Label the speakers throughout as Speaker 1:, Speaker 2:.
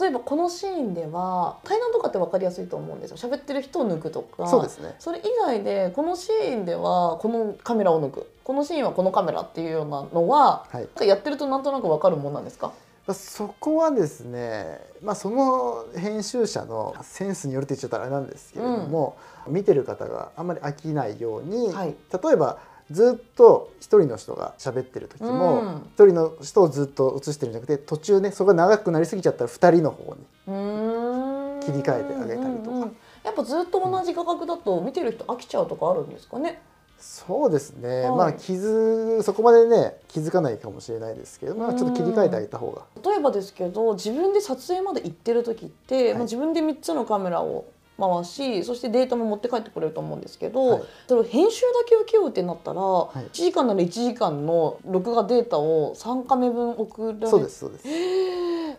Speaker 1: 例えばこのシーンでは対談とかって分かりやすいと思うんですよ喋ってる人を抜くとか
Speaker 2: そうですね
Speaker 1: それ以外でこのシーンではこのカメラを抜くこのシーンはこのカメラっていうようなのは
Speaker 2: はい
Speaker 1: なんかやってるとなんとなく分かるもんなんですか
Speaker 2: まあそこはですね、まあ、その編集者のセンスによるって言っちゃったらあれなんですけれども、見てる方があんまり飽きないように、
Speaker 1: はい
Speaker 2: 例えばずっと一人の人が喋ってる時
Speaker 1: うん
Speaker 2: も一、人の人をずっと映してるんじゃなくて途中ねそこが長くなりすぎちゃったら二人の方に
Speaker 1: うーん
Speaker 2: 切り替えてあげたりとか
Speaker 1: うんうんやっぱずっと同じ画角だと見てる人飽きちゃうとかあるんですかね
Speaker 2: そうです
Speaker 1: はい
Speaker 2: ね、まあ気づそこまでね気づかないかもしれないですけど、まあ、ちょっと切り替えてあげた方が
Speaker 1: 例えばですけど自分で撮影まで行ってる時って、
Speaker 2: い
Speaker 1: まあ、自分で3つのカメラを回しそしてデータも持って帰ってくれると思うんですけど、
Speaker 2: はい
Speaker 1: それを編集だけ受けようってなったら、
Speaker 2: い
Speaker 1: 1時間なら1時間の録画データを3カメ分送られ
Speaker 2: そうですそうです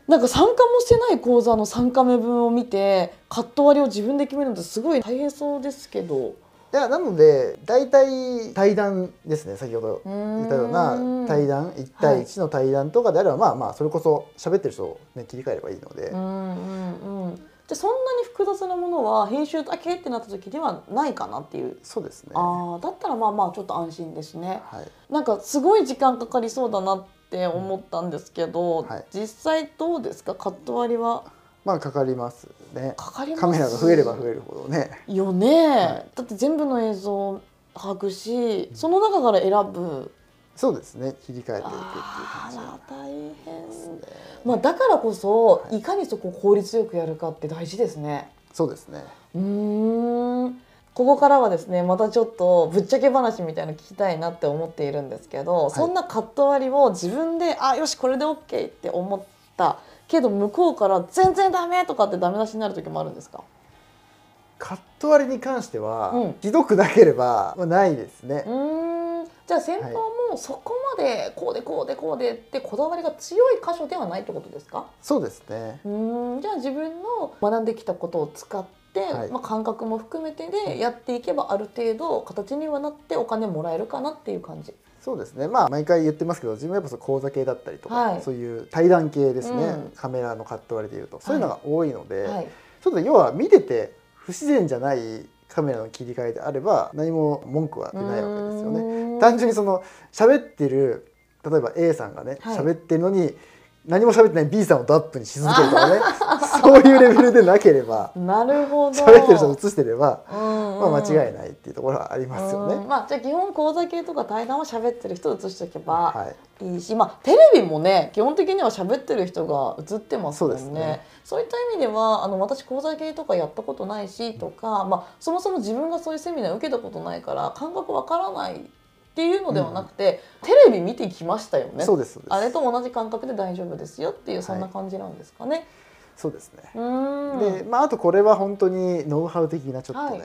Speaker 1: なんか参加もしてない講座の3カメ分を見てカット割りを自分で決めるのってすごい大変そうですけど。
Speaker 2: いやなので大体対談ですね先ほど言
Speaker 1: み
Speaker 2: ったような対談1対1の対談とかであれば、まあまあそれこそ喋ってる人を、ね、切り替えればいいので、
Speaker 1: うんうんうんじゃあそんなに複雑なものは編集だけってなった時ではないかなっていう
Speaker 2: そうですねは
Speaker 1: ああだったらまあまあちょっと安心ですね。
Speaker 2: い
Speaker 1: なんかすごい時間かかりそうだなって思ったんですけど、
Speaker 2: うんはい
Speaker 1: 実際どうですかカット割りは
Speaker 2: まあかかりますね
Speaker 1: かかります
Speaker 2: カメラが増えれば増えるほどね
Speaker 1: よね、
Speaker 2: はい
Speaker 1: だって全部の映像を把握しその中から選ぶ
Speaker 2: そうですね切り替えていくっていう
Speaker 1: あ
Speaker 2: 感じ
Speaker 1: ら大
Speaker 2: です
Speaker 1: 変、
Speaker 2: ね
Speaker 1: まあ、だからこそ
Speaker 2: はい
Speaker 1: いかにそこを効率よくやるかって大事ですね。
Speaker 2: そうですね
Speaker 1: うーんここからはですねまたちょっとぶっちゃけ話みたいの聞きたいなって思っているんですけど、
Speaker 2: い
Speaker 1: そんなカット割りを自分であよしこれで OK って思ったけど向こうから全然ダメとかってダメ出しになる時もあるんですか
Speaker 2: カット割りに関しては、
Speaker 1: うん
Speaker 2: ひどくなければ、まあ、ないですね
Speaker 1: う、ーんじゃあ先方もそこまでこうでこうでこうでってこだわりが強い箇所ではないってことですか
Speaker 2: そうですね
Speaker 1: うーんじゃあ自分の学んできたことを使って、
Speaker 2: はい
Speaker 1: まあ、感覚も含めてでやっていけばある程度形にはなってお金もらえるかなっていう感じ。
Speaker 2: そうですねまあ毎回言ってますけど自分はやっぱそう講座系だったりとか、
Speaker 1: はい
Speaker 2: そういう対談系ですね、
Speaker 1: うん
Speaker 2: カメラのカット割りでいうとそういうのが多いので、
Speaker 1: はい、
Speaker 2: ちょっと要は見てて不自然じゃないカメラの切り替えであれば何も文句は出ないわけですよね。
Speaker 1: ね
Speaker 2: 単純にその喋ってる例えば A さんがね
Speaker 1: はい
Speaker 2: 喋ってるのに何も喋ってない B さんをドアップにし続けるとかねそういうレベルでなけ れば
Speaker 1: なるほど。
Speaker 2: 喋ってる人を映してれば、
Speaker 1: うんうん
Speaker 2: まあ、間違いないっていうところはありますよ
Speaker 1: うん
Speaker 2: ね。
Speaker 1: まあじゃあ基本講座系とか対談は喋ってる人を映しておけば
Speaker 2: はい
Speaker 1: いいし、まあテレビもね基本的には喋ってる人が映ってますもんね。そ
Speaker 2: そ
Speaker 1: うう
Speaker 2: ですね
Speaker 1: いった意味ではあの私講座系とかやったことないしとか、まあそもそも自分がそういうセミナー受けたことないから感覚わからないっていうのではなくて、テレビ見てきましたよね。
Speaker 2: そうですそうです
Speaker 1: あれと同じ感覚で大丈夫ですよっていうそんな感じなんですかね。
Speaker 2: そうですね
Speaker 1: うーん
Speaker 2: で、まあ、あとこれは本当にノウハウ的なちょっとね、
Speaker 1: はい